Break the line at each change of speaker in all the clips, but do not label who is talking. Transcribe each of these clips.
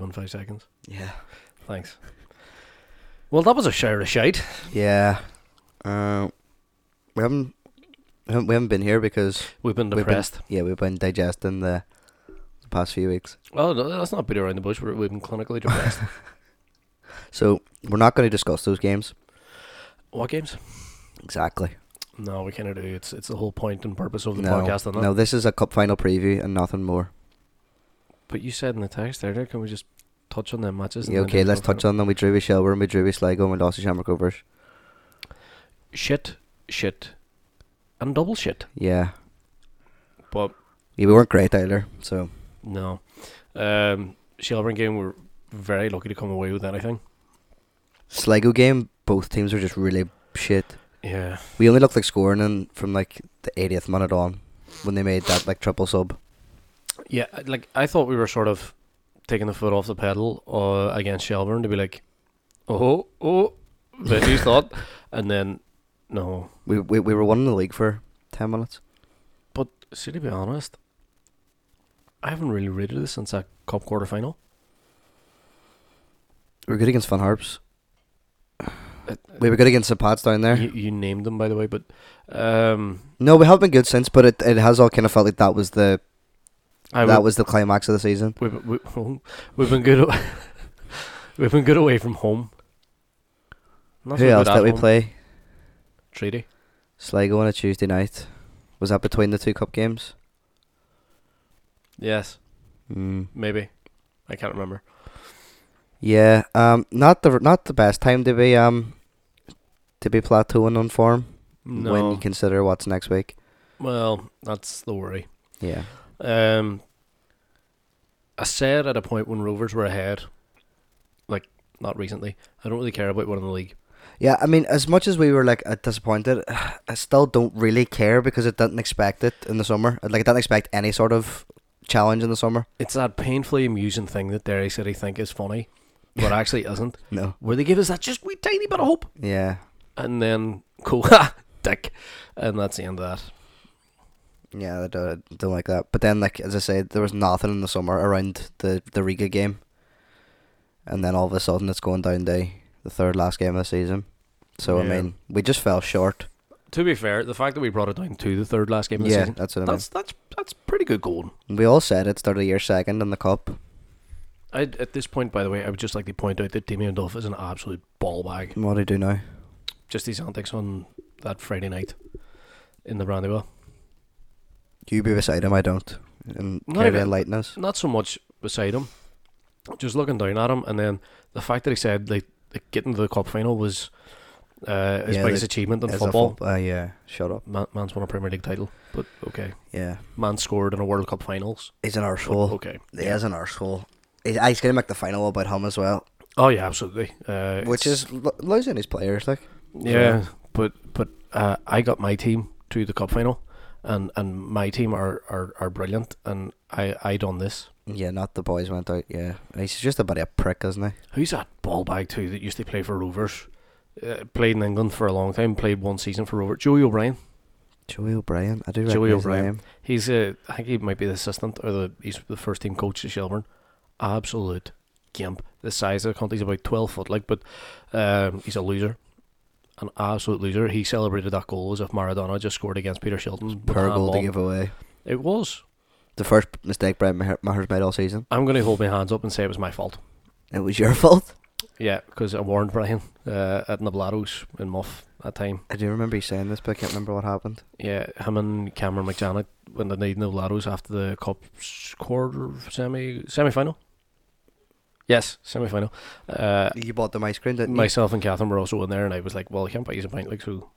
in five seconds.
Yeah.
Thanks. Well, that was a shower of shite.
Yeah. Uh, we haven't we haven't we haven't been here because
We've been
we've been,
depressed.
yeah we've been digesting the, the past few weeks.
Oh, no, that's not beat around the bush. We're, we've been clinically depressed.
So we're not going to discuss those games
what games?
exactly.
No, we can't do. It's it's the whole point and purpose of the
no,
podcast. And that.
no, this is a cup final preview and nothing more.
But you said in the text earlier, can we just touch on them matches?
Yeah, okay, let's touch on them. We drew with Shelburne, we drew with Sligo, and we lost to Shamrock Rovers.
shit, shit, and double shit.
Yeah.
But
yeah, we weren't great either. So
no, um, Shelburne game we were very lucky to come away with anything.
Sligo game, both teams were just really shit.
Yeah,
We only looked like scoring in from like the 80th minute on when they made that like triple sub.
yeah. Like I thought we were sort of taking the foot off the pedal uh, against Shelburne to be like, oh, oh, Benji's thought, and then no.
We we we were one in the league for 10 minutes.
But see, to be honest, I haven't really rated this since that cup quarter final.
We were good against Van Harps. We were good against the Pats down there.
You, you named them by the way, but um,
No, we have been good since, but it, it has all kind of felt like that was the
I
that
would-
was the climax of the season.
we've, we, we've been good. aw- we've been good away from home. Not so
Who
good
else
at
did we
home.
play?
Treaty.
Sligo on a Tuesday night. Was that between the two cup games?
Yes,
Mm.
maybe. I can't remember.
Yeah, um, not the not the best time to be um to be plateauing on form
No.
when you consider what's next week.
well, that's the worry.
Yeah,
Um, I said at a point when Rovers were ahead, like not recently. I don't really care about winning the league.
yeah. I mean, as much as we were like uh, disappointed, I still don't really care because I didn't expect it in the summer. Like I didn't expect any sort of challenge in the summer.
It's that painfully amusing thing that Derry City think is funny, but actually isn't.
No.
Where they give us that just wee tiny bit of hope.
Yeah,
and then cool, ha, dick, and that's the end of that.
yeah. I don't, I don't like that. But then, like as I said, there was nothing in the summer around the the Riga game, and then all of a sudden it's going down to the third last game of the season. So I
Yeah.
mean, we just fell short.
To be fair, the fact that we brought it down to the third last game of the
yeah,
season,
that's what I mean.
that's that's that's pretty good going.
We all said it started year second in the cup.
I, at this point, by the way, I would just like to point out that Damien Duff is an absolute ball bag.
What do you do now?
Just these antics on that Friday night in the roundabout.
You be beside him, I don't. And
Not
carry
even-
the lightness.
Not so much beside him, just looking down at him, and then the fact that he said like, like getting to the cup final was uh, his
Yeah,
biggest
the-
achievement in
As a
football.
fut- uh, yeah, shut up.
Man, man's won a Premier League title, but okay.
Yeah.
Man scored in a World Cup finals.
He's an
but
arsehole.
okay.
He is an arsehole. He's, ah, he's going to make the final about him as well,
Oh yeah, absolutely. Uh,
which
it's-
is lo- losing his players. Like,
yeah, but but uh, I got my team to the cup final, and and my team are are, are brilliant, and I I done this.
yeah, not the boys went out. Yeah, And he's just a bit of a prick, isn't he?
Who's that ball bag too that used to play for Rovers? Uh, played in England for a long time. Played one season for Rovers. Joey O'Brien.
Joey O'Brien. I do
Joey
recognise the
O'Brien.
name.
He's uh, I think he might be the assistant or the he's the first team coach at Shelburne. Absolute gimp. The size of the cunt. He's about twelve foot, like, but um, he's a loser, an absolute loser. He celebrated that goal as if Maradona just scored against Peter Shilton. with
Per
that
Mm, goal to
ball.
give away.
It was.
The first mistake Brett Maher- Maher's made all season.
I'm going to hold my hands up and say it was my fault.
It was your fault.
Yeah, because I warned Brian uh, at Nablados in Muff that time.
I do remember you saying this, but I can't remember what happened.
Yeah, him and Cameron McJanet when they need Nablados after the cup s- quarter semi semi final. Yes, semi final. Uh,
You bought them ice cream, didn't you?
myself and Catherine were also in there, and I was like, "Well, I can't buy you a pint." Like so,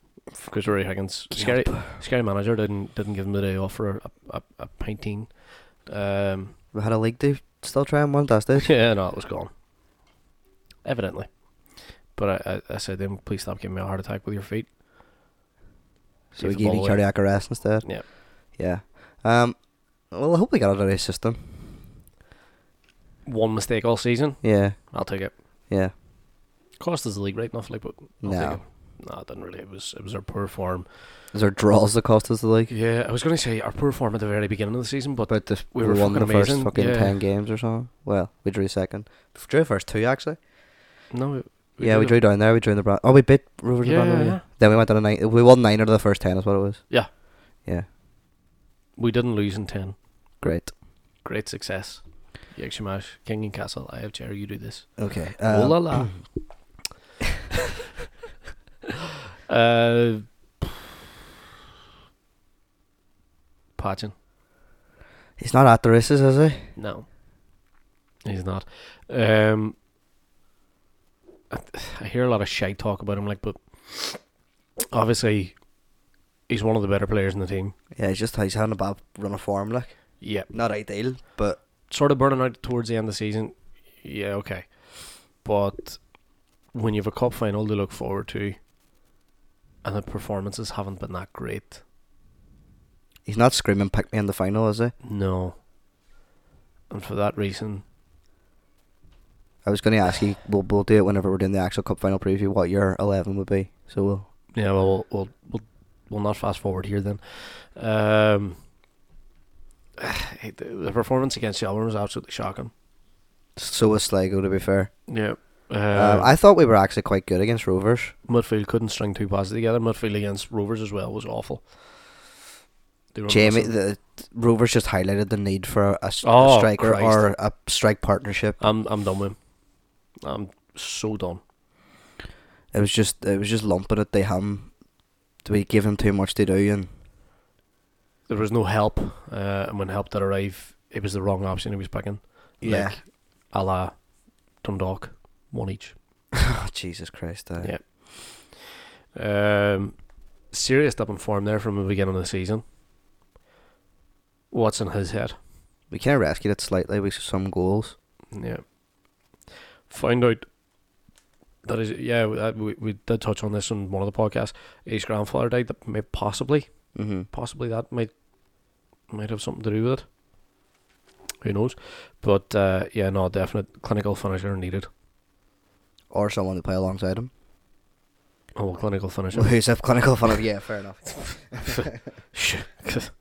because Rory Higgins, scary, scary manager, didn't didn't give him the day off for a a, a pinting. Um,
We had a league to still try and win, that's it.
Yeah, no, it was gone. Evidently. But I, I, I said to him, please stop giving me a heart attack with your feet.
So we
Give the
gave
ball
you
away.
cardiac arrest instead.
Yeah.
Yeah. Um, well, I hope we got it out of his system.
One mistake all season,
Yeah.
I'll take it.
Yeah.
Cost us the league right enough, like, but I'll take
No.
it. nah, it didn't really. It was it was our poor form.
Is there draws that cost us the league?
Yeah, I was going to say our poor form at the very beginning of the season, but uh,
But the,
we
we,
were
won the
fucking
first
amazing,
fucking
yeah.
ten games or something. Well, we drew second. F- Drew first two actually.
no. we-
yeah, we
did
drew down there. We drew in the brand. Oh, we beat Rovers. in
Yeah,
Brand-
yeah, yeah.
Then we went down to nine. We won nine out of the first ten. Is what it was.
Yeah.
Yeah.
it. We didn't lose in ten.
Great.
Great success. Yakshimash, King and Castle. I have chair. You do this.
Okay.
oh
um,
la la. uh, Patchin.
He's not at the races, is he?
No, he's not. Um, I, I hear a lot of shite talk about him, like, but obviously, he's one of the better players in the team.
Yeah, he's just he's having a bad run of form. Like
Yeah,
not ideal, but
sort of burning out towards the end of the season. Yeah, okay, but when you have a cup final to look forward to, and the performances haven't been that great.
he's not screaming pick me in the final, is he?
No, and for that reason,
I was going to ask you. We'll, we'll do it whenever we're doing the actual cup final preview. What your eleven would be. So we'll.
Yeah, well, we'll we'll we'll not fast forward here then. Um, the the performance against Shelburne was absolutely shocking.
So was Sligo to be fair.
Yeah, uh,
um, I thought we were actually quite good against Rovers.
midfield couldn't string two passes together. Midfield against Rovers as well was awful. They were
Jamie,
missing-
the Rovers just highlighted the need for a, s- a
Oh,
striker
Christ.
or a strike partnership.
I'm I'm done with him. I'm so done.
It was just it was just lumping it to him. We give him too much to do, and
There was no help, uh, and when help did arrive, it was the wrong option he was picking.
Yeah.
like, a la Dundalk, one each.
oh, Jesus Christ, uh,
Yeah. Um, serious up in form there from the beginning of the season. What's in his head?
we kind of rescued it slightly with some goals.
Yeah. Find out that is yeah we- that we, we did touch on this on one of the podcasts. His grandfather died. That may possibly
Mm-hmm.
possibly that might might have something to do with it. Who knows? But uh, yeah, no, definite clinical finisher needed.
Or someone to play alongside him.
Oh, well, clinical finisher.
Who's a clinical fan of? Yeah, fair enough.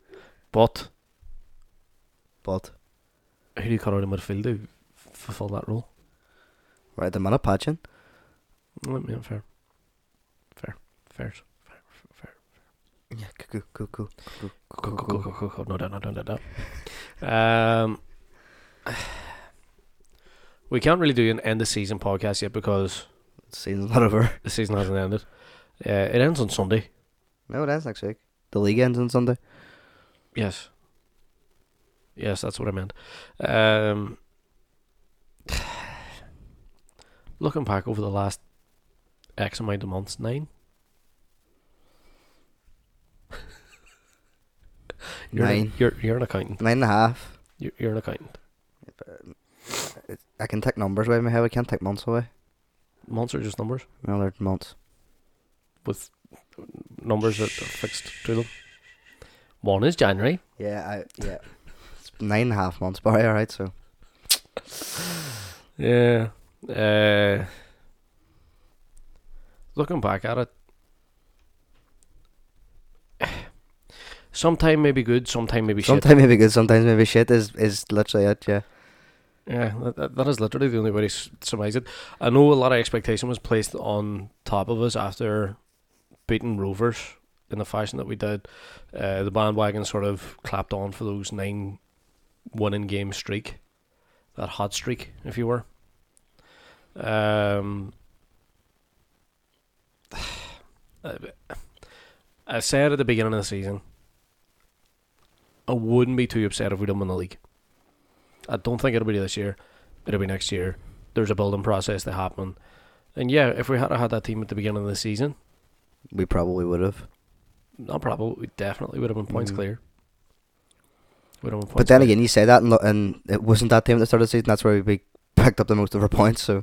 but
But
who do you cut out of midfield to fulfill that role?
right, the minute patching.
Well, yeah, fair. Fair. Fair.
Yeah, cool, cool, cool.
Go, go, go, go, go, go. No doubt, no doubt, no doubt. Um, we can't really do an end of season podcast yet because
Season's not over.
the season hasn't ended. Uh, it ends on Sunday.
No, that's next week. The league ends on Sunday.
Yes. Yes, that's what I meant. Um, looking back over the last X amount of months, nine. You're An,
Nine.
you're you're an accountant.
Nine and a half.
You're, you're an accountant.
I can take numbers away in my head. I can't take months away.
Months are just numbers
No, they're months.
with numbers that are fixed to them. One is January.
Yeah, I yeah. It's nine and a half months, but all right, so
Yeah. Uh, looking back at it, sometime maybe good, sometime maybe shit.
sometimes maybe good, sometimes maybe shit is is literally it. Yeah,
Yeah, that- that, that is literally the only way to s- surmise it. I know a lot of expectation was placed on top of us after beating Rovers in the fashion that we did. Uh, the bandwagon sort of clapped on for those nine winning game streak, that hot streak, if you were. Um, I I said at the beginning of the season, I wouldn't be too upset if we didn't win the league. I don't think it'll be this year. It'll be next year. There's a building process to happen. And yeah, if we had had that team at the beginning of the season,
we probably would have.
not probably, we definitely would have been points
Mhm.
clear. Would have been points
But then
clear.
again, you say that, and, lo- and it wasn't that team that started the season. That's where we picked up the most of our points. So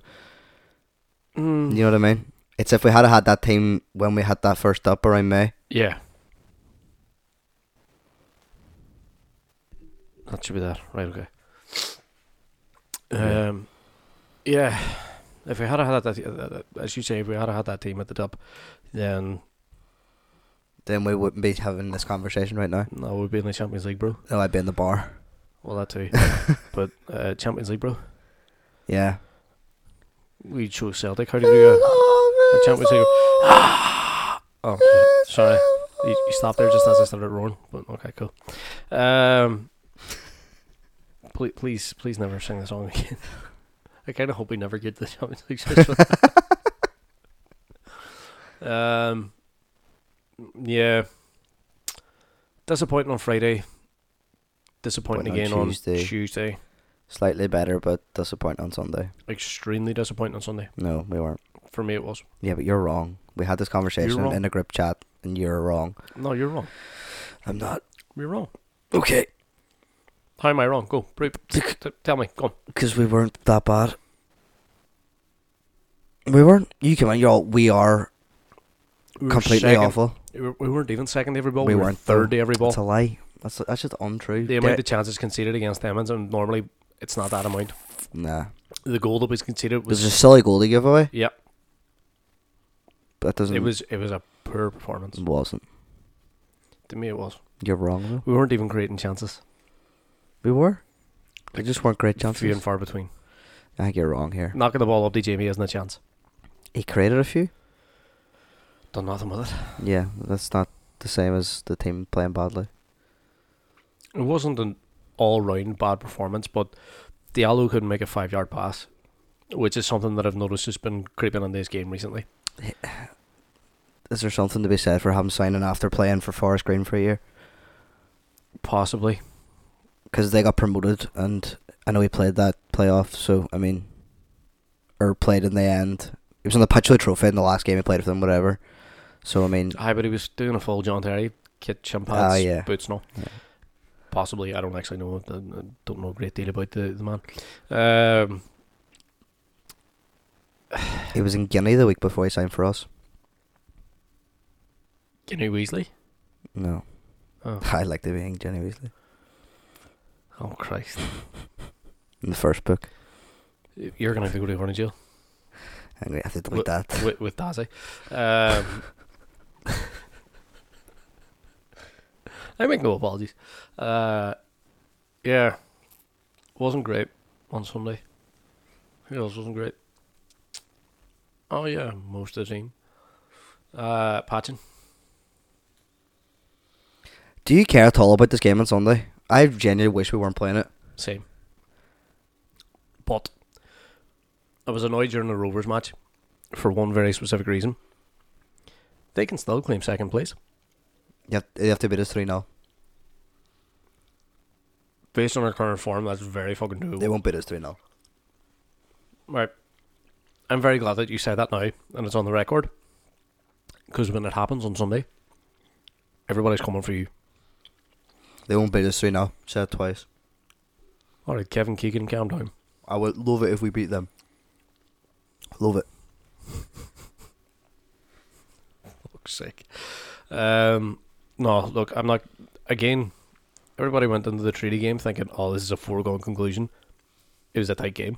Mm,
you know what I mean. It's if we had had that team when we had that first up around May.
yeah. That should be that. Right, okay.
Yeah.
Um, yeah. If we had had that, that, as you say, if we had had that team at the top, then
Then we wouldn't be having this conversation right now.
no, we'd be in the Champions League, bro.
No, I'd be in the bar.
Well, that too. but uh, Champions League, bro.
Yeah.
We chose Celtic. How did uh, we go? The Champions League. oh, sorry. You, you stopped there just as I started roaring. But okay, cool. Um, please, please, please never sing the song again. I kind of hope we never get to the Champions League. session. um, yeah. Disappointing on Friday. Disappointing
Disappointing
again
on
on
Tuesday.
Tuesday.
Slightly better, but disappointing on Sunday.
Extremely disappointing on Sunday.
No, we weren't.
For me, it was.
Yeah, but you're wrong. We had this conversation
wrong.
in a group chat, and you're wrong.
No, you're wrong.
I'm not.
You're wrong.
Okay.
How am I wrong? Go, Breep. T- tell me. Go on.
Because we weren't that bad. We weren't. You come on. You're all. We are
We were
completely
second-
awful.
We were- we weren't even second to every ball.
We
We, were
weren't,
third
though.
to every ball.
That's a lie. That's that's just untrue.
The amount of chances conceded against them, and normally it's not that amount.
nah.
The goal that was conceded
It was
was
a silly goal to give away.
yeah,
but That doesn't.
it was it was a poor performance.
It wasn't.
To me, it was.
You're wrong though.
We weren't even creating chances.
We were. They just weren't great
Few and
chances.
far between.
I think you're wrong here.
Knocking the ball up to Jamie isn't a chance.
He created a few.
Done nothing with it.
Yeah, that's not the same as the team playing badly.
It wasn't an all round bad performance, but Diallo couldn't make a five yard pass, which is something that I've noticed has been creeping in this game recently.
Is there something to be said for him signing after playing for Forest Green for a year?
Possibly.
Because they got promoted, and I know he played that playoff. So I mean, or played in the end. He was on the patch of the trophy in the last game he played for them, whatever. So I mean,
Aye, but he was doing a full John Terry, kit, chin
Ah,
pads,
yeah.
boots, no.
Yeah.
Possibly, I don't actually know. I don't know a great deal about the, the man. Um,
he was in Guinea the week before he signed for us.
Kenny Weasley.
No,
Oh,
I like to be in Guinea Weasley
oh Christ!
in the first book.
You're gonna have to go to Horny Jail
I'm gonna have to
Look-
delete that.
with with Dazzy. Um, I make no apologies. Uh, yeah, wasn't great on Sunday. Who else wasn't great? Oh yeah, most of the team. Uh, Patchen.
Do you care at all about this game on Sunday? I genuinely wish we weren't playing it.
Same. But I was annoyed during the Rovers match for one very specific reason. They can still claim second place
You have, you have to beat us 3 0.
based on our current form. That's very fucking
They
doable.
won't beat us 3 0.
Right. I'm very glad that you said that now and it's on the record. Because when it happens on Sunday, everybody's coming for you.
They won't beat us 3 0. Said it twice.
All right, Kevin Keegan, calm down.
I would love it if we beat them. Love it.
fuck's sake. Um, no, look, I'm not. Again, everybody went into the treaty game thinking, "Oh, this is a foregone conclusion." It was a tight game.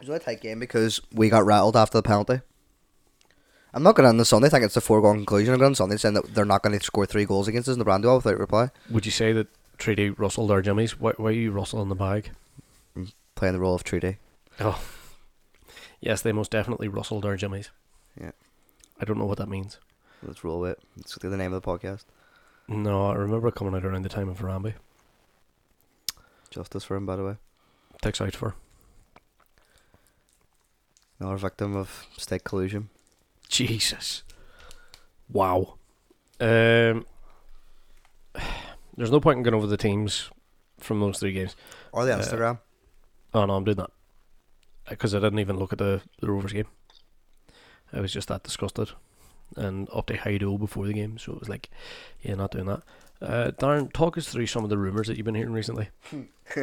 It was a tight game because we got rattled after the penalty. I'm not going on the Sunday think it's a foregone conclusion. I'm going on Sunday saying that they're not going to score three goals against us in the Brando without reply.
Would you say that treaty rustled our jimmies? Why, why are you rustling the bag?
Playing the role of treaty.
Oh, yes, they most definitely rustled our jimmies.
Yeah.
I don't know what that means.
Let's roll it. It's the name of the podcast.
No, I remember it coming out around the time of Rambi.
Justice for him, by the way.
Takes out for
Another victim of state collusion.
Jesus. Wow. Um. There's no point in going over the teams from those three games.
Or the
Uh,
Instagram.
Oh no, I'm doing that because I didn't even look at the, the Rovers game. I was just that disgusted, and up to Hydo before the game, so it was like, yeah, not doing that. Uh, Darren, talk us through some of the rumours that you've been hearing recently.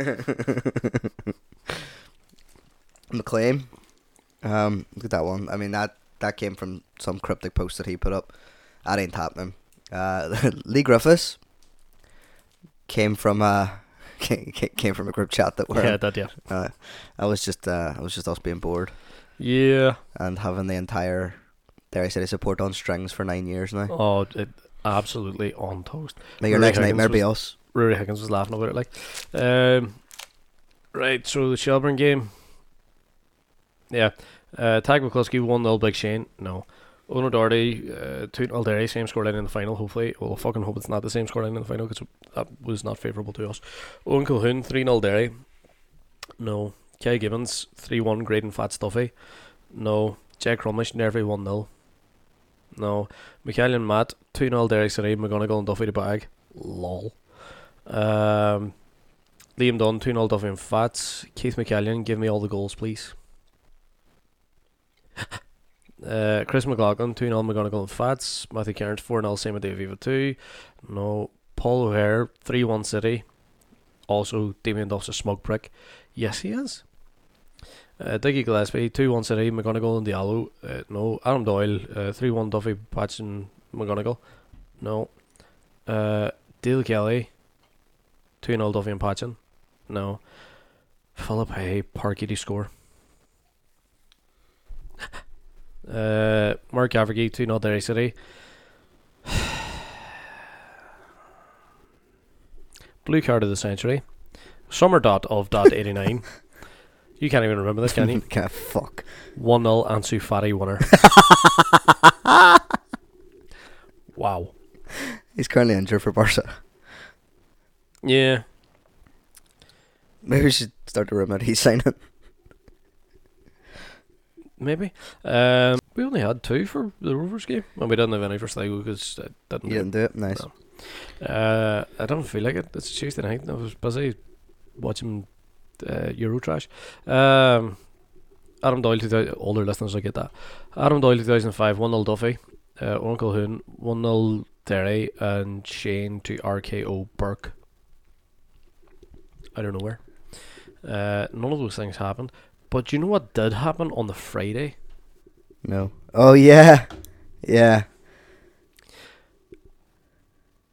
McLean. Um, look at that one. I mean that that came from some cryptic post that he put up. That ain't happening. Uh, Lee Griffiths came from uh came, came from a group chat that we're.
Yeah,
in.
that yeah.
Uh, I was just uh, I was just us being bored.
Yeah.
and having the entire Derry City support on strings for nine years now.
Oh, it, absolutely on toast.
May your
Rory
next nightmare
Higgins
be us.
Rory Higgins was laughing about it. Like, um, right. So the Shelburne game. Yeah, uh, Tag McCluskey one 0 Big Shane. No, Ono Doherty uh, two 0 Derry. Same scoreline in the final. Hopefully, well, I fucking hope it's not the same scoreline in the final because that was not favourable to us. Owen Calhoun three 0 Derry. No, Kai Gibbons three one Great and Fat Stuffy. No, Jack Rumish Nervy one 0 No, Mikhail and Matt two 0 Derry City. McGonagall and Duffy to bag. Lol. Um, Liam Dunn, 2 0 Duffy and Fats. Keith McCallion, give me all the goals, please. uh, Chris McLaughlin, 2 0 McGonagall and Fats. Matthew Cairns, 4 0 Same Davey with 2. No. Paul O'Hare, 3 1 City. Also, Damien Duff's a smug prick. Yes, he is. Uh, Diggy Gillespie, 2 1 City, McGonagall and Diallo. Uh, no. Adam Doyle, 3 1 Duffy, Patch and McGonagall. No. Uh, Dale Kelly, 2 0 Duffy and Patchin. No. Philip Hay, Parky to score. uh, Mark Gavergy, 2 0 Derry City. Blue card of the century. Summer dot of dot 89. You can't even remember this, can you?
Can't fuck.
1 0 Ansu Fati winner. wow.
He's currently injured for Barca.
Yeah.
Maybe we should start to rumour he's signing.
Maybe. Um, we only had two for the Rovers game, and we didn't have any for Sligo because I didn't. do
You didn't do it. Nice.
No. it. Uh, I don't feel like it. It's Tuesday night, and I was busy watching uh, Euro trash. Um, Adam Doyle, 2000, older listeners will get that. Adam Doyle, 2005, 1 0 Duffy, uh, Owen Calhoun, 1 0 Terry, and Shane to RKO Burke. I don't know where. Uh, none of those things happened. But you know what did happen on the Friday?
No. Oh yeah, yeah.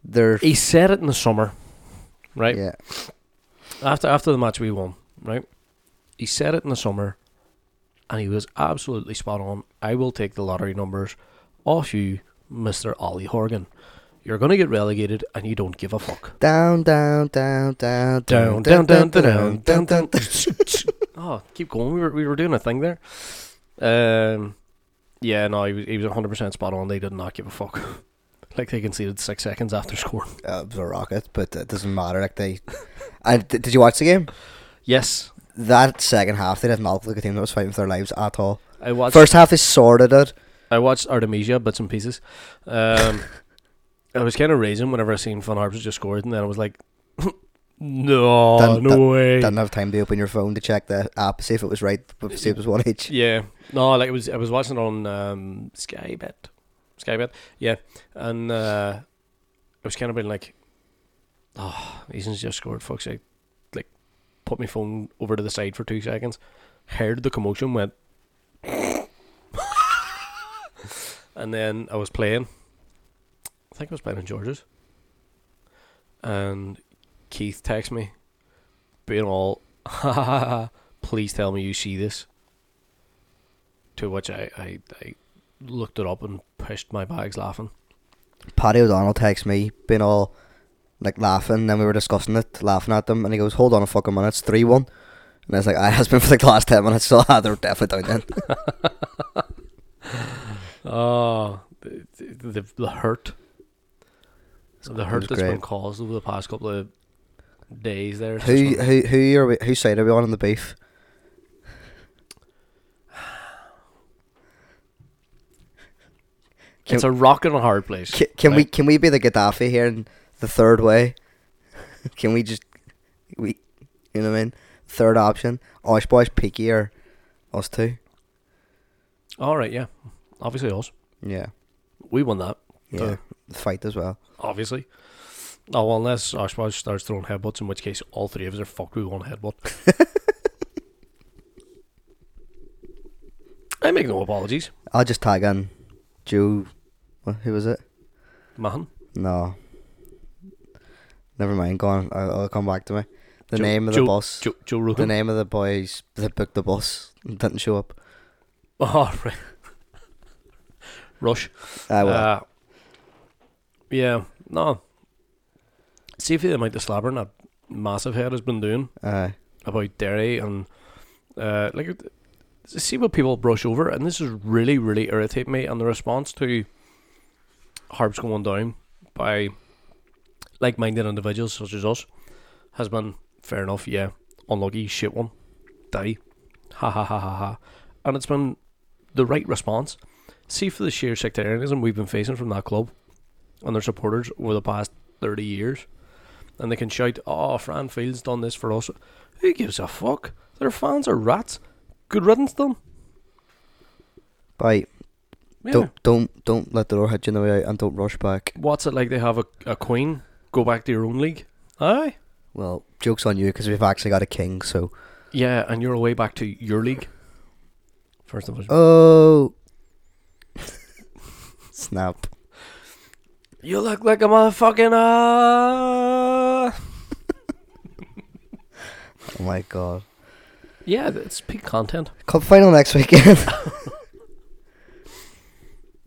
They're
He said it in the summer, right?
yeah.
After after the match we won, right? He said it in the summer, and he was absolutely spot on. I will take the lottery numbers off you, Mister Ollie Horgan. You're gonna get relegated, and you don't give a fuck.
Down, down, down, down,
Down, down, down, down, down, down. Oh, keep going. We were we were doing a thing there. Um, yeah, no, he was he was 100 percent spot on. They did not give a fuck. like they conceded six seconds after scoring.
Uh, it was a rocket, but it doesn't matter. Like they, I d- did you watch the game?
Yes,
That second half, they did not look like a team that was fighting for their lives at all.
I watched.
First half, they sorted it.
I watched Artemisia bits and pieces. Um, I was kind of raising whenever I seen Fun Harps just scored, and then I was like, "No,
Dun-
no
dun-
way."
Didn't have time to open your phone to check the app, see if it was right, but see if it was one each.
Yeah, no, like it was. I was watching it on um, Sky Bet, Sky Bet, yeah, and uh, I was kind of been like, "Oh, Eason's just scored." Fuck's sake! Like, put my phone over to the side for two seconds, heard the commotion, went, and then I was playing. I think I was playing in George's, and Keith texts me, being all, "Please tell me you see this." To which I, I, I looked it up and pushed my bags laughing.
Paddy O'Donnell texts me, been all like laughing, and we were discussing it, laughing at them, and he goes, Hold on a fucking minute, it's 3 1. And I was like, I has been for like the last 10 minutes, so ah, they're definitely down then. Ah.
Oh, the, the, the hurt. The hurt
was
that's been
great.
caused over the past couple of days there. has just
who,
been-
who, who are we, whose side are we on in the beef? can-
it's a rock and a hard place.
Can, can we
Right.
can we be the Gaddafi here in the third way? Can we just we you know what I mean? Third option, Osh Boys, Peaky, or us two?
All right, yeah. Obviously, us.
Yeah,
We won that,
yeah.
Uh.
The fight as well.
obviously. Oh, well, unless Oshbosh starts throwing headbutts, in which case all three of us are fucked with one headbutt. I make no apologies,
I'll just tag in Joe. What, who was it?
man.
No. Never mind. Go on. I'll, I'll come back to me. The
Joe-
name of the
Joe-
bus.
Joe, Joe
the
Rogan.
name of the boys that booked the bus and didn't show up.
Oh, right. Rush.
I will.
Uh, yeah, no. See if the amount of slabbering that massive head has been doing
Aye.
about Derry and uh, like it- see what people brush over, and this is really really irritate me. And the response to Harbs going down by like-minded individuals such as us has been fair enough. Yeah, unlucky shit one, die, ha ha ha ha ha, and it's been the right response. See for the sheer sectarianism we've been facing from that club and their supporters over the past thirty years, and they can shout, "Oh, Fran Field's done this for us." Who gives a fuck? Their fans are rats. Good riddance to them.
Bye.
Yeah.
Don't don't don't let the door hit you in the way out and don't rush back.
What's it like they have a, a queen? Go back to your own league. Aye.
Well, joke's on you because we've actually got a king, so.
Yeah, and you're away back to your league. First of all,
Oh! Snap.
you look like a motherfucking uh
Oh my god.
Yeah, it's peak content.
Cup final next weekend.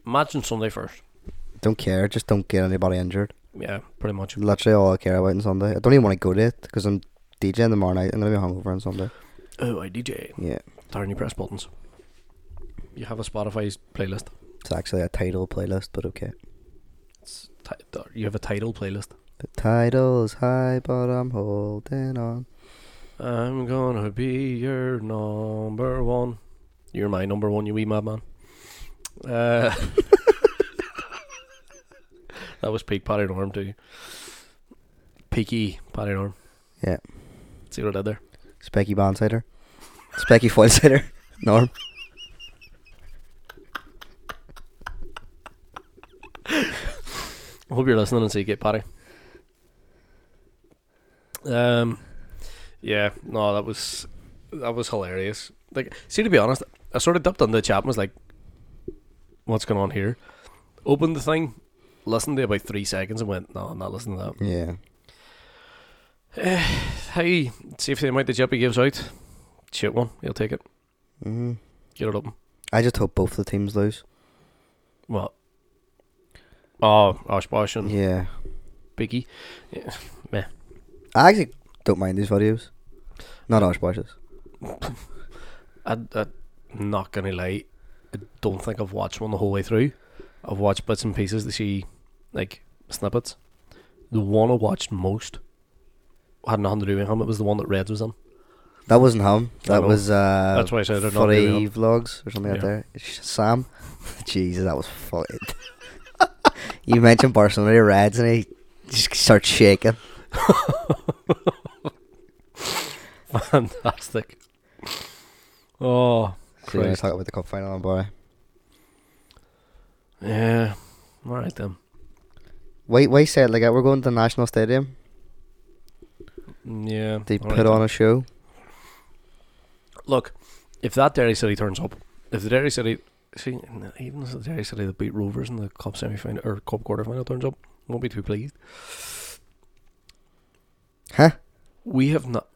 Imagine Sunday first.
don't care, just don't get anybody injured.
Yeah, pretty much.
Literally all I care about on Sunday. I don't even want to go to it because I'm DJing tomorrow night. I'm going to be hungover on Sunday.
Oh, I DJ.
Yeah.
Darn, you press buttons. You have a Spotify playlist.
It's actually a title playlist, but okay.
It's ti- you have a title playlist.
The title's high, but I'm holding on.
I'm gonna be your number one. You're my number one, you wee madman. Uh, that was peak Paddy Norm too. Peaky Paddy Norm.
Yeah.
See what I did there?
Specky Bonsider. Specky Foilsider. Norm.
I hope you're listening and see you get Paddy. Um, yeah, no, that was that was hilarious. Like, see, to be honest, I sort of dipped on the chat and was like, "What's going on here?" Opened the thing, listened to about three seconds, and went, "No, I'm not listening to
Yeah.
that." hey, see if the amount the Jippy gives out, shit one, he'll take it,
hmm
get it open.
I just hope both the teams lose.
What? Oh, Oshbosh and
Yeah.
Biggie.
I actually don't mind these videos. Not Osh Boshes.
I, I, not gonna lie, I don't think I've watched one the whole way through. I've watched bits and pieces to see, like snippets. The one I watched most had nothing to do with him. It was the one that Reds was in.
That wasn't him.
I
That
know.
was uh
That's why I said they're not
funny
really
vlogs or something out
Yeah.
there. Sh- Sam. Jesus, that was funny. you mentioned Barcelona Reds and he just starts shaking.
Fantastic. Oh
So you want
Christ.
to talk about the cup final, boy?
yeah. All right then.
Why, why say it like that? We're going to the National Stadium.
Oh, Yeah.
They
all
put
right
on a show.
look, if that Derry City turns up, if the Derry City, see, even if the Derry City that beat Rovers in the Cup semi final or Cup quarter final turns up, I won't be too pleased.
Huh?
We have not,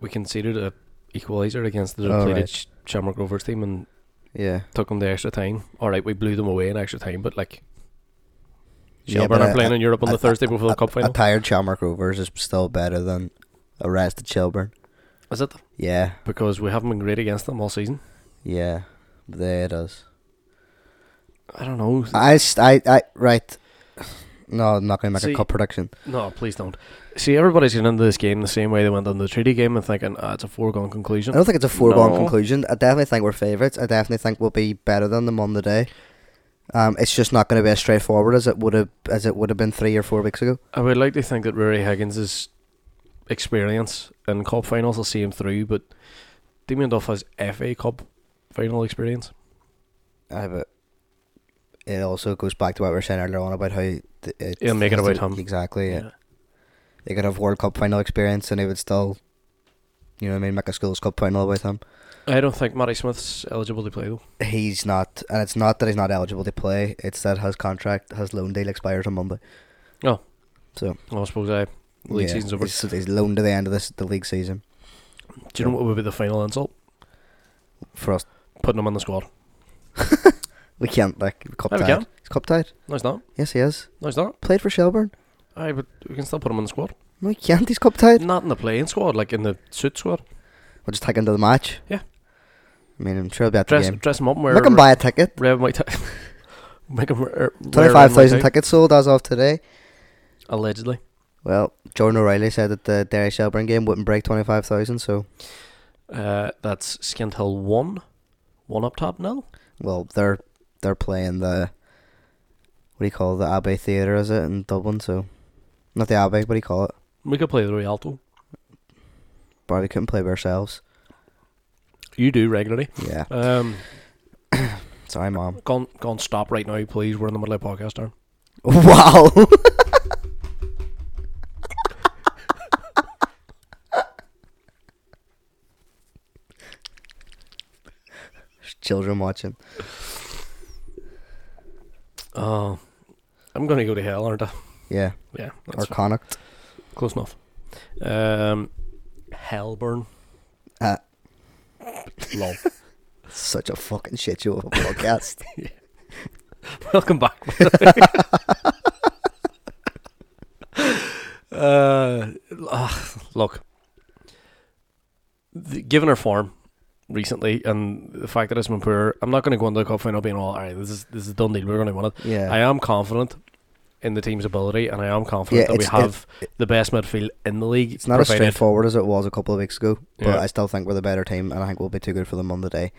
we conceded a equaliser against the
Oh,
depleted
right.
Sh- Shamrock Rovers team and
Yeah.
took them to extra time. All right, we blew them away in extra time, but like.
Yeah,
Shelburne
but
are
I-
playing in Europe on
I-
the Thursday before the
a,
Cup
A
final.
tired Shamrock Rovers is still better than a rested Shelburne.
Is it?
Yeah,
Because we haven't been great against them all season.
yeah, there it is.
I don't know.
I, s- I, I- right. No, I'm not gonna make
See-
a cup prediction.
No, please don't. See, everybody's going into this game the same way they went into the treaty game and thinking, ah, it's a foregone
I
conclusion.
don't think it's a foregone
No.
conclusion. I definitely think we're favourites. I definitely think we'll be better than them on the day. Um, it's just not going to be as straightforward as it would have as it would have been three or four weeks ago.
I would like to think that Rory Higgins' experience in cup finals will see him through, but Damien Duff has FA Cup final experience.
I but it also goes back to what we were saying earlier on about how th- it's,
He'll make it about him.
Exactly. Yeah. They could have World Cup final experience, and they would still, you know, what I mean, make a schools cup final with him.
I don't think Matty Smith's eligible to play, though.
He's not, and it's not that he's not eligible to play. It's that his contract, his loan deal expires on Monday.
Oh.
so
I suppose I. League season's over.
He's, he's loaned to the end of this the league season
Do you know what would be the final insult?
for us.
Putting him in the squad.
We can't like cup
Yeah, we
tied.
can.
He's cup tied.
No, he's not.
Yes, he is.
No, he's not.
Played for Shelburne.
Aye, but we can still put him in the squad.
No, he can't. He's cup tied.
Not in the playing squad, like in the suit squad.
We'll just take him to the match.
Yeah.
I mean, I'm sure he'll be at
Dress,
the game.
dress him up. and Wear
Make him buy a ticket.
Red white tie. Make him wear. wear red and white
Twenty-five thousand
tie.
tickets sold as of today.
Allegedly.
Well, Jordan O'Reilly said that the Derry Shelburne game wouldn't break twenty-five thousand. So,
Uh, that's Skint Hill one, one up top nil.
well, they're they're playing the what do you call it, the Abbey Theatre? Is it in Dublin? So, not the Abbey. What do you call it?
We could play the Rialto.
But we couldn't play by ourselves.
You do regularly.
Yeah.
Um,
Sorry, mom.
go on, go on, stop right now, please. We're in the middle of a podcast. Aaron.
Wow. There's children watching.
Oh, I'm gonna go to hell, aren't I?
Yeah.
Yeah, that's
Or Connacht.
close enough. Um, Hellburn.
Uh,
Lol.
Such a fucking shit show of a podcast.
Welcome back. uh, ah, look, the, given her form recently and the fact that it's been poor, I'm not going to go into the cup final being all, all right. This is this is a done deal. We're going to win it. I
yeah.
am confident in the team's ability, and I am confident
Yeah,
that we
it's- it-
have the best midfield in the league.
it's not as
provided-
straightforward as it was a couple of weeks ago, but
Yeah.
I still think we're the better team, and I think we'll be too good for them on the day.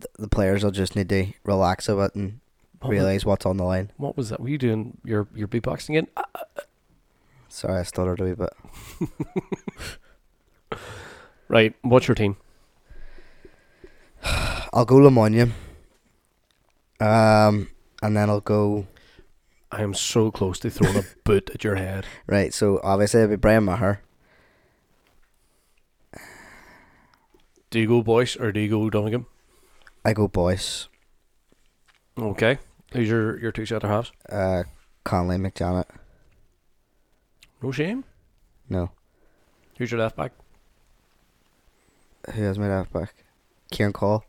Th- The players will just need to relax a bit and
What was-
realize what's on the line.
What was that? Were you doing your your beatboxing in?
Sorry, I stuttered a wee bit.
Right. What's your team?
I'll go Lemonia. Um, and then I'll go
I am so close to throwing a boot at your head.
right. So obviously it'll be Brian Maher.
Do you go Boyce or do you go Donegan?
I go Boyce.
Okay. Who's your, your two centre halves?
Uh, Conley McJanet.
No shame.
No,
Who's your left back?
who has my left back? Kieran Cole.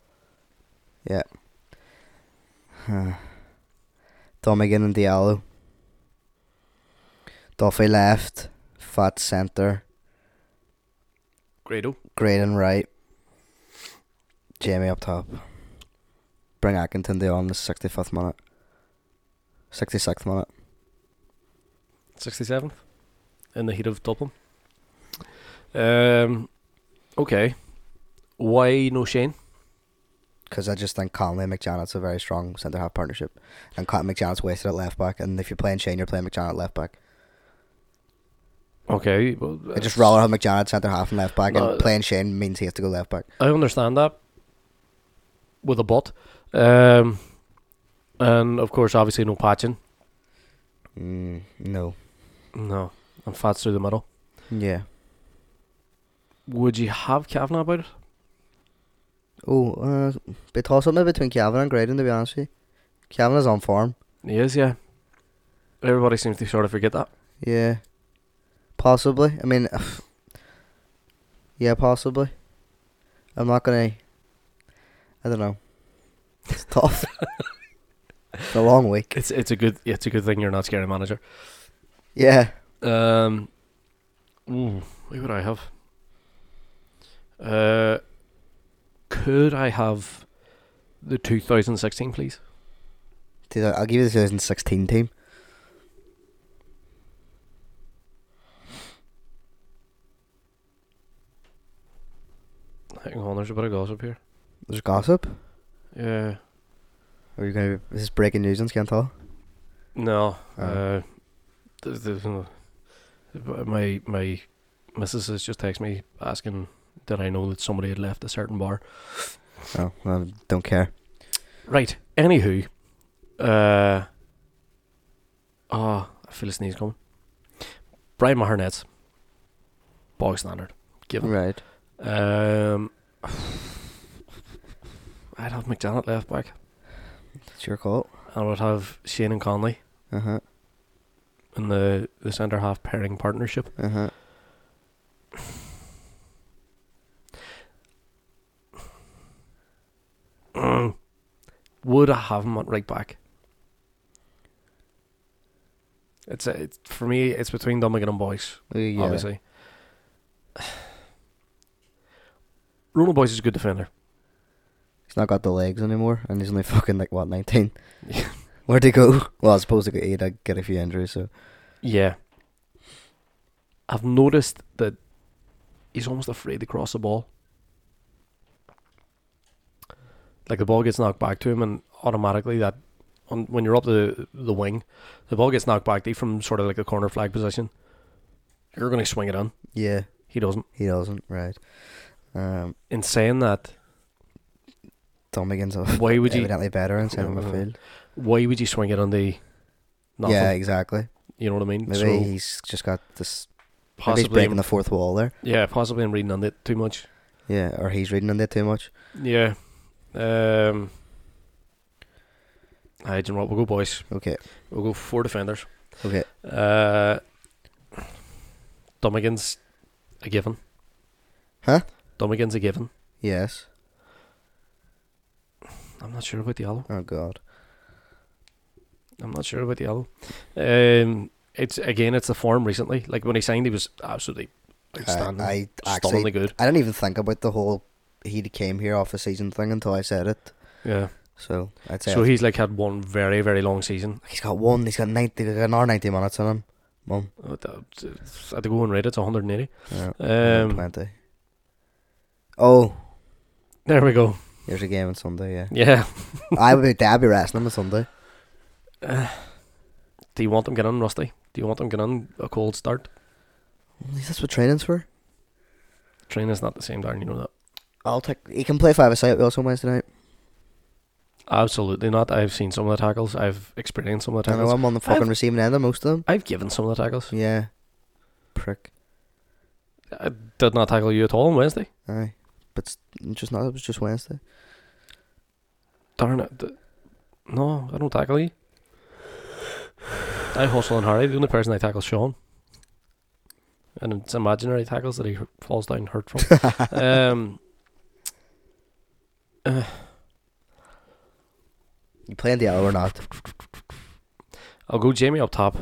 Yeah. Huh. Domigan and Diallo. Duffy left. Fat centre.
Grado.
Graydon right. Jamie up top. Bring Atkinson down on the 65th minute. 66th minute.
67th. In the heat of Dublin. Um, okay. Why no Shane?
Because I just think Conley and McJanet's a very strong centre half partnership. And Con- McJanet's wasted at left back. And if you're playing Shane, you're playing McJanet at left back.
Okay. Well,
I just rather have McJanet centre half and left back.
No,
and playing Shane means he has to go left back.
I understand that. With a bot. Um, and of course, obviously, no patching.
Mm, no.
No. And Fats through the middle.
Yeah.
Would you have Kavanagh about it?
Oh, uh, bit toss up maybe between Calvin and Graydon, to be honest with you. Calvin is on form.
He is, yeah. Everybody seems to sort of forget that.
Yeah. Possibly. I mean, yeah, possibly. I'm not going to. I don't know. It's tough. it's a long week.
It's it's a good it's a good thing you're not scary manager.
Yeah.
Um, ooh, who would I have? Uh, could I have the 2016, please?
Dude, I'll give you the 2016 team.
Hang on, there's a bit of gossip here.
There's gossip.
Yeah,
Are you going to? Is this breaking news on Scantal?
no.
Oh.
Uh, th- th- uh, my my missus has just texted me asking did I know that somebody had left a certain bar.
Oh, well, don't care.
Right. Anywho, uh, ah, I feel a sneeze coming. Brian Mahernets, bog standard. Give him.
Right.
Um, I'd have McDonald left back.
It's your call.
I would have Shane and Conley
Uh huh.
in the the centre half pairing partnership.
Uh huh.
Mm. Would I have him at right back? It's, a, it's for me. It's between Dominican and Boyce,
Uh, yeah.
obviously. Ronald Boyce is a good defender.
He's not got the legs anymore, and he's only fucking like what nineteen. Where'd he go? Well, I suppose he got eight. I get a few injuries, so
Yeah. I've noticed that he's almost afraid to cross the ball. Like the ball gets knocked back to him, and automatically that, on, when you're up the the wing, the ball gets knocked back to you from sort of like a corner flag position. You're going to swing it in.
yeah,
He doesn't.
he doesn't. Right. Um,
In saying that,
Domigan's a
why would you?
evidently better in centre midfield.
Why would you swing it on the? Nothing.
Yeah, exactly.
you know what I mean.
Maybe
so
he's just got this. Maybe he's
possibly,
breaking the fourth wall there.
yeah, possibly I'm reading on it too much.
Yeah, or he's reading on it too much.
Yeah. Um. I do you know what? We'll go boys.
Okay,
We'll go four defenders.
okay.
Uh. Dummigan's a given.
Huh?
Dummigan's a given.
Yes.
I'm not sure about the yellow.
Oh God.
I'm not sure about the yellow. Um. It's again. It's the form recently. Like when he signed, he was absolutely
I,
outstanding,
I
stunningly
actually,
good.
I didn't even think about the whole he came here off the season thing until I said it.
Yeah.
So I'd say
So he's like had one very very long season.
he's got one. He's got ninety. He's got another ninety minutes on him. Mum.
Uh, I had to go and read it. It's 180.
Yeah.
Um.
Plenty. Oh,
There we go.
there's a game on Sunday, yeah.
Yeah.
I would be, I'd be resting him on Sunday.
Do you want them getting rusty? Do you want them getting a cold start?
Is this what training's for?
Training's not the same, Darren. You know that.
I'll take. He can play five a side also Wednesday night.
Absolutely not. I've seen some of the tackles. I've experienced some of the
I know
tackles.
I'm on the fucking
I've-
receiving end of most of them.
I've given some of the tackles.
Yeah. Prick.
I did not tackle you at all on Wednesday.
Aye. But s- just not. It was just Wednesday.
Darn it. D- No, I don't tackle you. I hustle and hurry. The only person I tackle is Sean. And it's imaginary tackles that he hu- falls down hurt from. um,
You playing the hour or not?
I'll go Jamie up top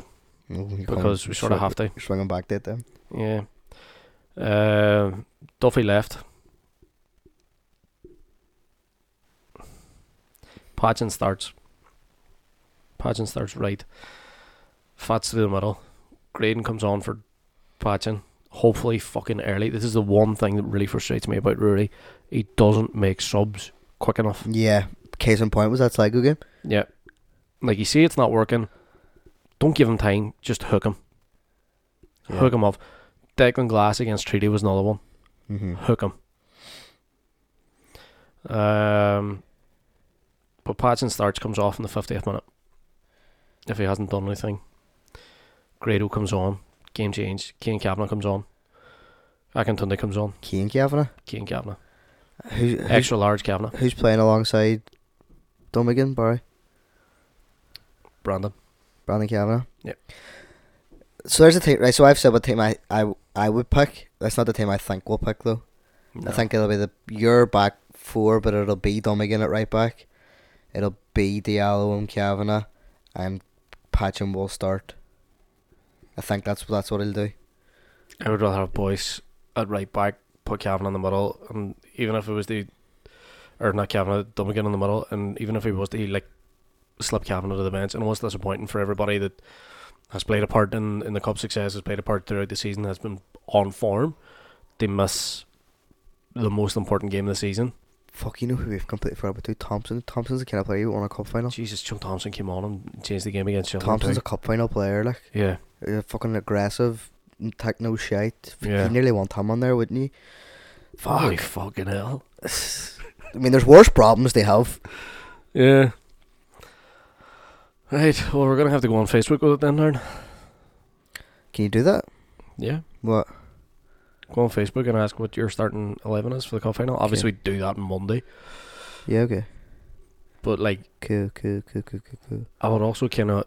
No, you're going-
because we sort of
swing-
have to.
Mm-hmm. you're swinging back that then.
Yeah. Uh, Duffy left. Patchin starts. Patchin starts right. Fats through the middle. Graydon comes on for Patchin. Hopefully, fucking early. This is the one thing that really frustrates me about Rory. He doesn't make subs quick enough.
Yeah. Case in point was that Sligo game.
Yeah. Like you see, it's not working. Don't give him time. Just hook him.
Yeah.
Hook him off. Declan Glass against Treaty was another one.
Mm-hmm.
Hook 'em. Um, but Patson starts comes off in the 50th minute. If he hasn't done anything, Grado comes on. Game change. Kane Kavanagh comes on. Akintunde comes on.
Keane Kavanagh.
Kane Kavanagh.
Who, who's,
Extra large Kavanagh.
who's playing alongside Domigan, Barry?
Brandon.
Brandon Kavanaugh.
Yep.
So there's a team, right? So I've said what team I, I, I would pick. That's not the team I think we'll pick, though. I think it'll be the your back four, but it'll be Domigan at right back. It'll be Diallo and Kavanaugh, and Patchen will start. I think that's that's what he'll do.
I would rather have Boyce at right back, put Kavanagh in the middle, and even if it was the, or not Kavanagh, Dummigan in the middle, and even if he was to like slip Kavanagh to the bench, and it was disappointing for everybody that has played a part in, in the cup success, has played a part throughout the season, has been on form, they miss the most important game of the season.
Fuck, you know who we've completely forgot about? Too? Thompson. Thompson's a kind of player you want a cup final.
Jesus, Joe Thompson came on and changed the game against Sheffield.
Thompson's a
too.
cup final player, like
yeah,
he's a uh, fucking aggressive, take no shite.
Yeah.
You nearly want him on there, wouldn't you?
holy fucking hell.
I mean, there's worse problems they have.
Yeah. Right, well, we're gonna have to go on Facebook with it then, Aaron.
Can you do that?
Yeah.
What?
go on Facebook and ask what your starting eleven is for the cup final. Obviously, we do that on Monday,
Yeah, okay.
but like
Cool, cool, cool, cool, cool, cool.
I would also kind of,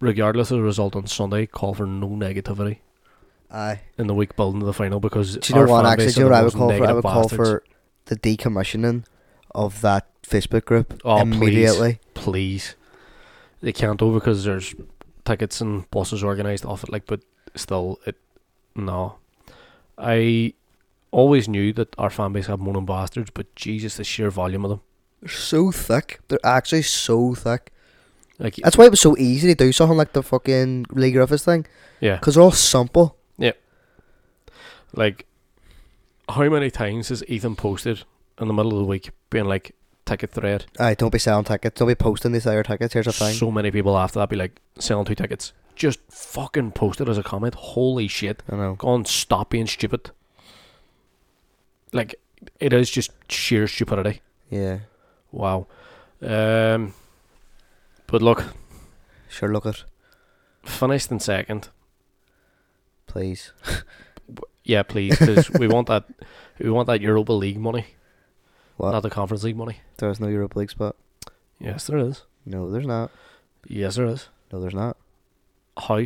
regardless of the result on Sunday, call for no negativity
Aye.
in the week building to the final because
Do you know
our
what?
fan
Actually,
base
do you
are
know what I
the
would
most
call for? I
negative
would call
bastards.
for the decommissioning of that Facebook group
Oh, please,
immediately.
please. They can't over because there's tickets and buses organised off it. Like, but still, it no. I always knew that our fan base had moaning bastards, but Jesus, the sheer volume of them.
They're so thick. They're actually so thick.
Like,
That's why it was so easy to do something like the fucking Lee Griffiths thing.
yeah,
Because they're all simple.
Like, how many times has Ethan posted in the middle of the week being like, ticket thread?
Aye, don't be selling tickets. Don't be posting these other tickets. Here's a thing.
So many people after that be like, selling two tickets. Just fucking post it as a comment. Holy shit.
I know.
Go and stop being stupid. Like, it is just sheer stupidity.
Yeah.
Wow. Um, but look,
Sure, look at.
finished in second.
Please.
Yeah, please, because we want that. We want that Europa League money,
What?
not the Conference League money.
There is no Europa League spot.
Yes, there is.
No, there's not.
Yes, there is.
No, there's not.
How?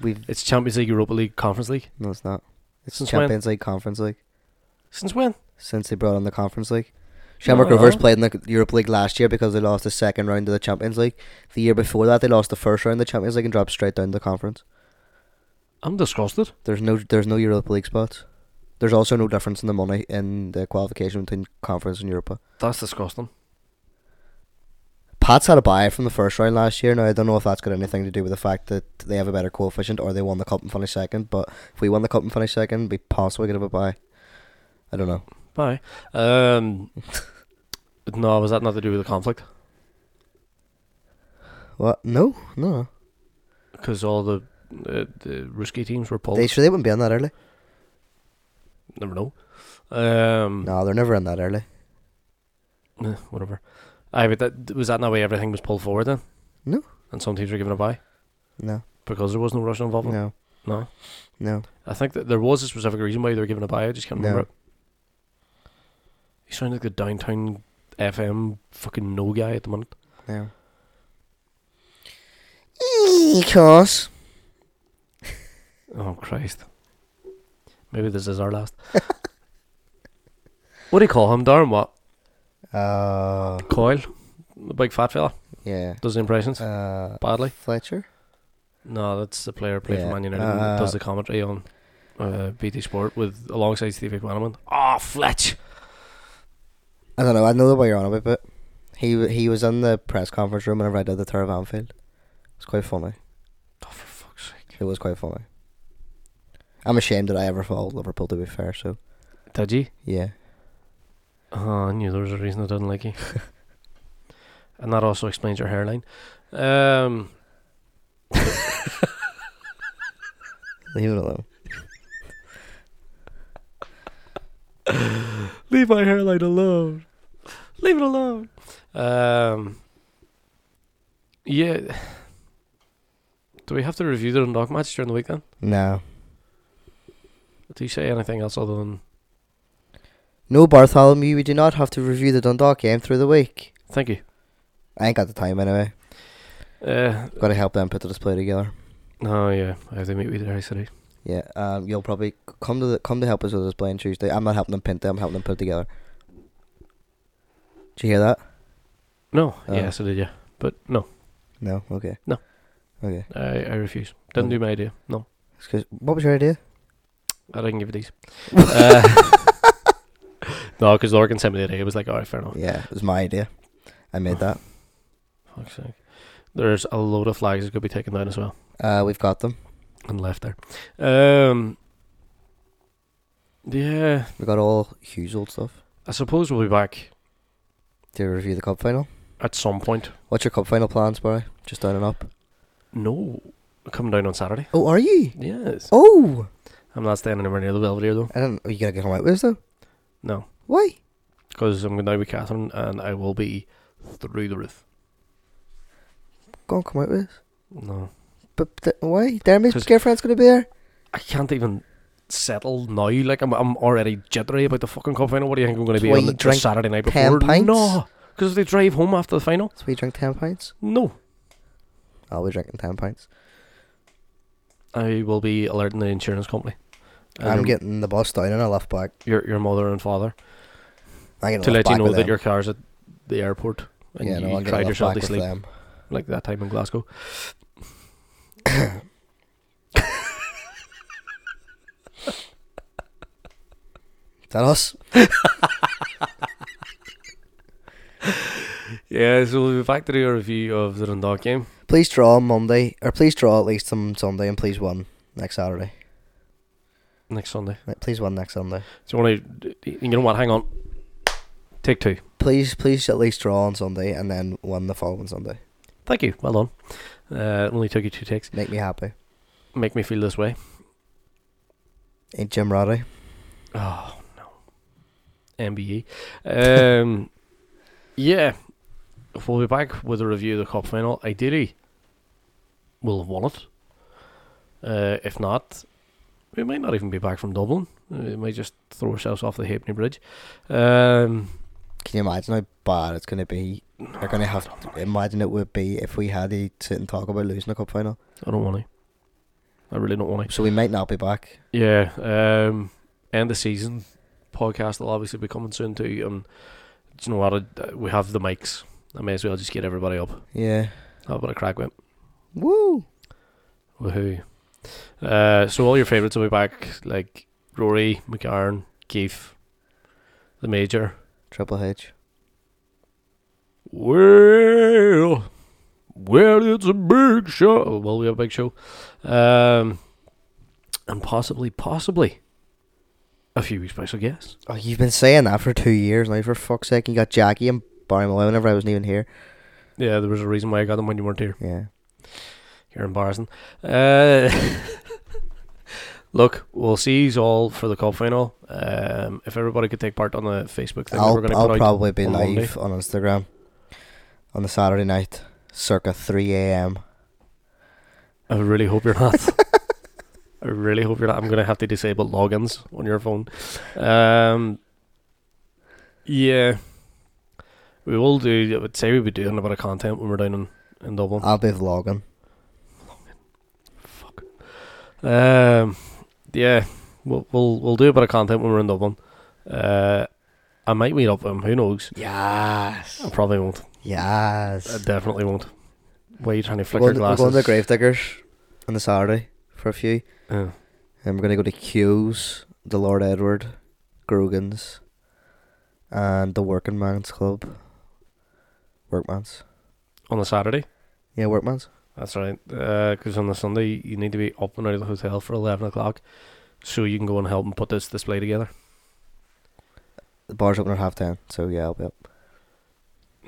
We've.
It's Champions League, Europa League, Conference League.
No, it's not. It's
Since when?
Champions League, Conference League.
Since when?
Since they brought in the Conference League.
No,
Shamrock Rovers
no.
played in the Europa League last year because they lost the second round of the Champions League. The year before that, they lost the first round of the Champions League and dropped straight down to the conference.
I'm disgusted.
There's no, there's no Europa League spots. There's also no difference in the money in the qualification between conference and Europa.
That's disgusting.
Pats had a bye from the first round last year. Now I don't know if that's got anything to do with the fact that they have a better coefficient or they won the cup and finished second. But if we won the cup and finished second, we possibly could have a bye. I don't know.
Bye. Um, no, was that not to do with the conflict?
What? No, no.
Because all the uh, the risky teams were pulled.
They sure they wouldn't be in that early.
Never know. Um,
No, they're never in that early.
eh, whatever. I but that was that not way everything was pulled forward then.
No.
And some teams were given a bye
No,
because there was no Russian involvement.
no,
No.
no.
I think that there was a specific reason why they were given a bye. I just can't
No.
remember. it. You sound like the downtown FM fucking no guy at the moment.
No. Because
Oh Christ. Maybe this is our last. what do you call him, Darren? What?
uh,
Coyle? The big fat fella.
yeah.
Does the impressions.
Uh,
Badly.
Fletcher.
no, that's the player played
yeah,
for Man United and
uh,
does the commentary on uh, BT Sport with alongside Steve McManaman. Ah, Fletch.
I don't know. I know what you're on about, but he w- he was in the press conference room whenever I did the tour of Anfield. It's quite funny.
Oh, for fuck's sake.
It was quite funny. I'm ashamed that I ever followed Liverpool. To be fair, so
Did you?
yeah,
Oh, I knew there was a reason I didn't like you. and that also explains your hairline. Um,
leave it alone.
Leave my hairline alone. Leave it alone. Um, yeah. Do we have to review the Dundalk match during the week then?
No,
Do you say anything else other than
no Bartholomew. We do not have to review the Dundalk game through the week.
thank you?
I ain't got the time anyway.
Uh,
Got to help them put the display together.
oh yeah, I have to meet with the High City.
Yeah, um, you'll probably c- come to the, come to help us with this play on Tuesday. I'm not helping them paint them. I'm helping them put it together. Did you hear that?
No,
Oh.
yes I did, yeah, but no,
No. Okay.
No.
Okay.
I, I refuse. Didn't
Oh.
do my idea. No,
It's 'cause- what was your idea?
I didn't give it these. uh, no, because Lorcan sent me the idea. It was like, all right, fair enough.
Yeah, it was my idea. I made
Oh.
that.
Fuck's sake. There's a load of flags that could be taken down as well
Uh, we've got them.
and left there. Um, yeah,
We got all huge old stuff
er, I suppose we'll be back
to review the cup final.
at some point.
What's your cup final plans, Barry? Just down and up.
No, coming down on Saturday.
Oh, are you?
Yes,
Oh,
I'm not staying anywhere near the Belvedere though.
I don't. Are you gonna get home out with us though?
No,
Why?
because I'm going down with Catherine and I will be through the roof.
Go and come out with us.
No,
But th- why? Dermot's
'Cause-
girlfriend's gonna be there.
I can't even settle now. Like I'm, I'm already jittery about the fucking cup final. What do you think I'm going to be
Why
on
you
the, the
drank
Saturday night
10
before?
pints?
No, because if they drive home after the final,
So we drink ten pints.
no.
I'll be drinking ten pints.
I will be alerting the insurance company. And
I'm
your-
getting the bus down and I left back.
your your mother and father.
I get
to
enough
let you
back
know
with
that
them.
your car's at the airport and
yeah,
you
no, I get
cried
enough
yourself
back
to sleep
with them.
like that time in Glasgow.
Is that us?
Yeah, so we'll be back to do a review of the Dundalk game.
Please draw on Monday, or please draw at least on Sunday, and please win next Saturday.
next Sunday.
Like, Please win next Sunday.
So you want to? You know what? Hang on. Take two.
Please, please at least draw on Sunday, and then win the following Sunday.
Thank you. Well done. Uh, it only took you two takes.
Make me happy.
Make me feel this way.
Ain't Jim Ratty?
Oh no. MBE. E. Um, yeah, we'll be back with a review of the cup final. Ideally, we'll have won it. Uh, if not, we might not even be back from Dublin. Uh, We might just throw ourselves off the Hapney Bridge. Um,
Can you imagine how bad it's gonna be? They're gonna have. Imagine it would be if we had to sit and talk about losing the cup final.
I don't want to. I really don't want to.
So we might not be back.
Yeah, um, end of season podcast will obviously be coming soon too. And do you know what? I, we have the mics. I may as well just get everybody up.
Yeah.
Have a bit of crack with.
Woo.
it. Woohoo! Uh, so all your favourites will be back, like Rory, McCarron, Keith, the Major.
Triple H.
Well, well, it's a big show. Oh, Well, we have a big show, um, and possibly, possibly, a few special guests.
Oh, you've been saying that for two years now. For fuck's sake, you got Jackie and Barry Malone whenever I wasn't even here.
Yeah, there was a reason why I got them when you weren't here.
Yeah.
You're embarrassing. Uh, look, we'll see you all for the cup final. Um, if everybody could take part on the Facebook thing, that we're going
I'll,
to put
I'll
out.
probably be
on Monday.
live on Instagram on the Saturday night, circa 3 a.m.
I really hope you're not. I really hope you're not. I'm going to have to disable logins on your phone. Um, yeah, we will do. I would say we'll be doing a bit of content when we're down in, in Dublin.
I'll be vlogging.
Fuck. Um, yeah, we'll, we'll we'll do a bit of content when we're in Dublin. Uh, I might meet up with him. Who knows?
Yes.
I probably won't. I
Oh, Yes.
definitely won't. Why are you trying to
We're
flick your
going, we're
glasses?
going to the Gravediggers on the Saturday for a few.
Yeah.
And we're going to go to Q's, the Lord Edward, Grogan's, and the Working Man's Club. Workman's.
on a Saturday.
Yeah, Workman's.
That's right. Because on the Sunday you need to be up and out of the hotel for eleven o'clock, so you can go and help and put this display together.
The bar's open at half 10, so yeah, I'll be up.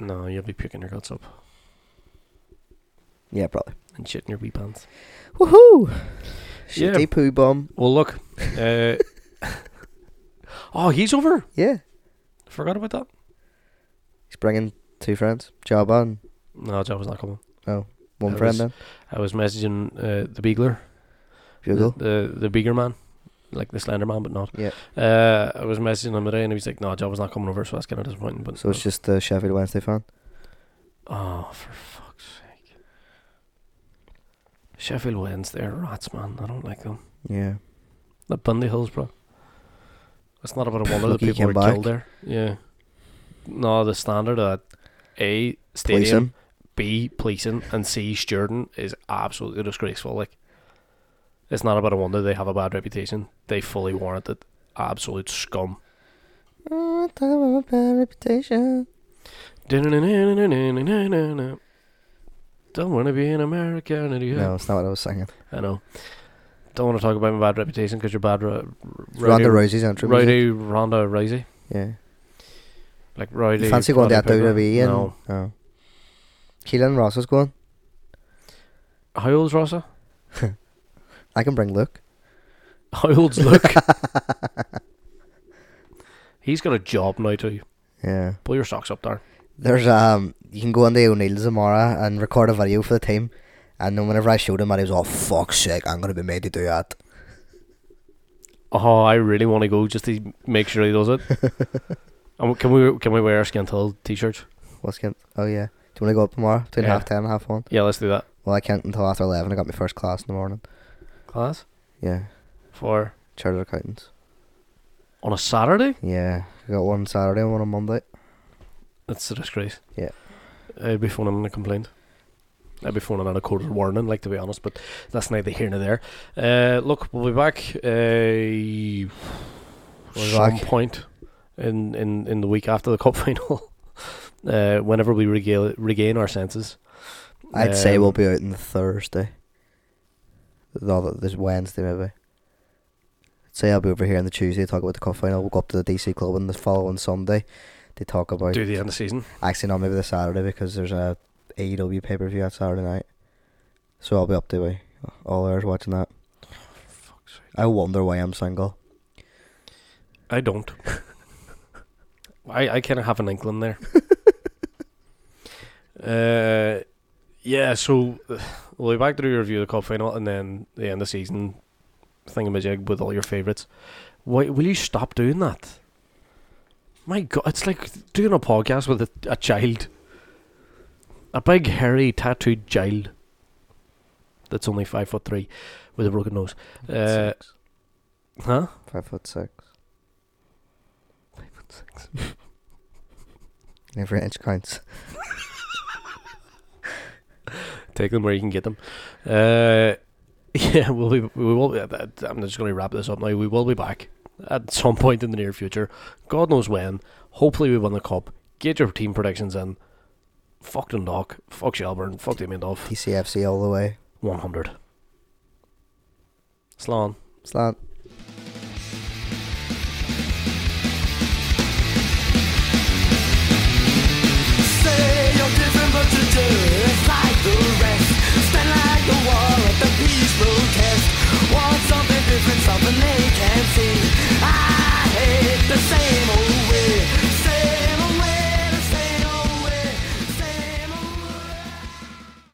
No, you'll be puking your guts up
Yeah, probably.
and shitting your wee pants.
Woohoo!
Yeah.
Shitty poo bomb.
Well, look. Uh, oh, he's over.
Yeah.
Forgot about that.
He's bringing two friends, Job and
No, job was not coming.
one
That
friend
was-
then.
I was messaging uh, the Beagler,
Bugle.
the the bigger man, like the slender man, but not.
Yeah.
Uh, I was messaging him today, and he was like, "No, job was not coming over," so that's kind of disappointing. But
So it's just the Sheffield Wednesday fan.
oh, for fuck's sake! Sheffield Wednesday are rats, man. I don't like them.
Yeah.
The Bundy Hills, bro. It's not about a wonder that
Lucky he
people were
came back.
killed there. Yeah. No, the standard at A stadium,
Police him.
B policing, and C stewarding is absolutely disgraceful. Like, it's not about a wonder they have a bad reputation. They fully warrant it. Absolute scum.
Oh, I talk about my bad reputation.
Don't want to be an American idiot.
No, it's not what I was singing.
I know. Don't want to talk about my bad reputation because you're bad. Ra-
Ronda Rousey's entry. music.
Rowdy Ronda Rousey.
Yeah.
Like Riley.
You fancy going to that
Roddy Piper?
WWE and
No.
oh. Keelan Ross is going.
How old's Rossa?
I can bring Luke.
How old's Luke? He's got a job now too.
Yeah.
Pull your socks up there.
There's um you can go on the O'Neill Zamora and record a video for the team and then whenever I showed him that he was all fuck's sake, I'm gonna be made to do that.
Oh, I really want to go just to make sure he does it. and can we can we wear skin till t-shirts?
What's going oh yeah. Do you wanna go up tomorrow? Between
Yeah.
half ten and half one?
Yeah, let's do that.
Well I can't until after eleven, I got my first class in the morning.
Class
Yeah.
for
Chartered accountants.
on a Saturday.
Yeah, I got one Saturday and one on Monday.
That's a disgrace.
Yeah.
I'd be phoning in a complaint. I'd be phoning in a court warning, like to be honest, but that's neither here nor there. Uh, look, we'll be back uh,
We'll be
some
back.
point in, in, in the week after the cup final, uh, whenever we regale, regain our senses.
I'd say
Um,
we'll be out on Thursday. No, th- this Wednesday maybe. I'd say I'll be over here on the Tuesday. Talk about the cup final. We'll go up to the DC club on the following Sunday. They talk about
do the end of season.
actually no, maybe the Saturday because there's a E AEW pay per view that Saturday night. So I'll be up to all hours watching that. I wonder why I'm single.
I don't. I I kind of have an inkling there. uh, yeah. So uh, we'll be back to do a review of the cup final and then the end of season thingamajig with all your favorites. Why will you stop doing that? My God, it's like doing a podcast with a, a child, a big hairy tattooed child that's only five foot three with a broken nose. Uh, huh?
Five foot six. Every inch counts.
take them where you can get them. Uh, yeah, we'll be, we will. Be, I'm just going to wrap this up now. We will be back at some point in the near future. God knows when. Hopefully, we win the cup. Get your team predictions in. Fuck Dundalk. Fuck Shelburne. Fuck Damien Duff.
TCFC all the way.
100. Slán.
Slant.
Say you're different, but you do.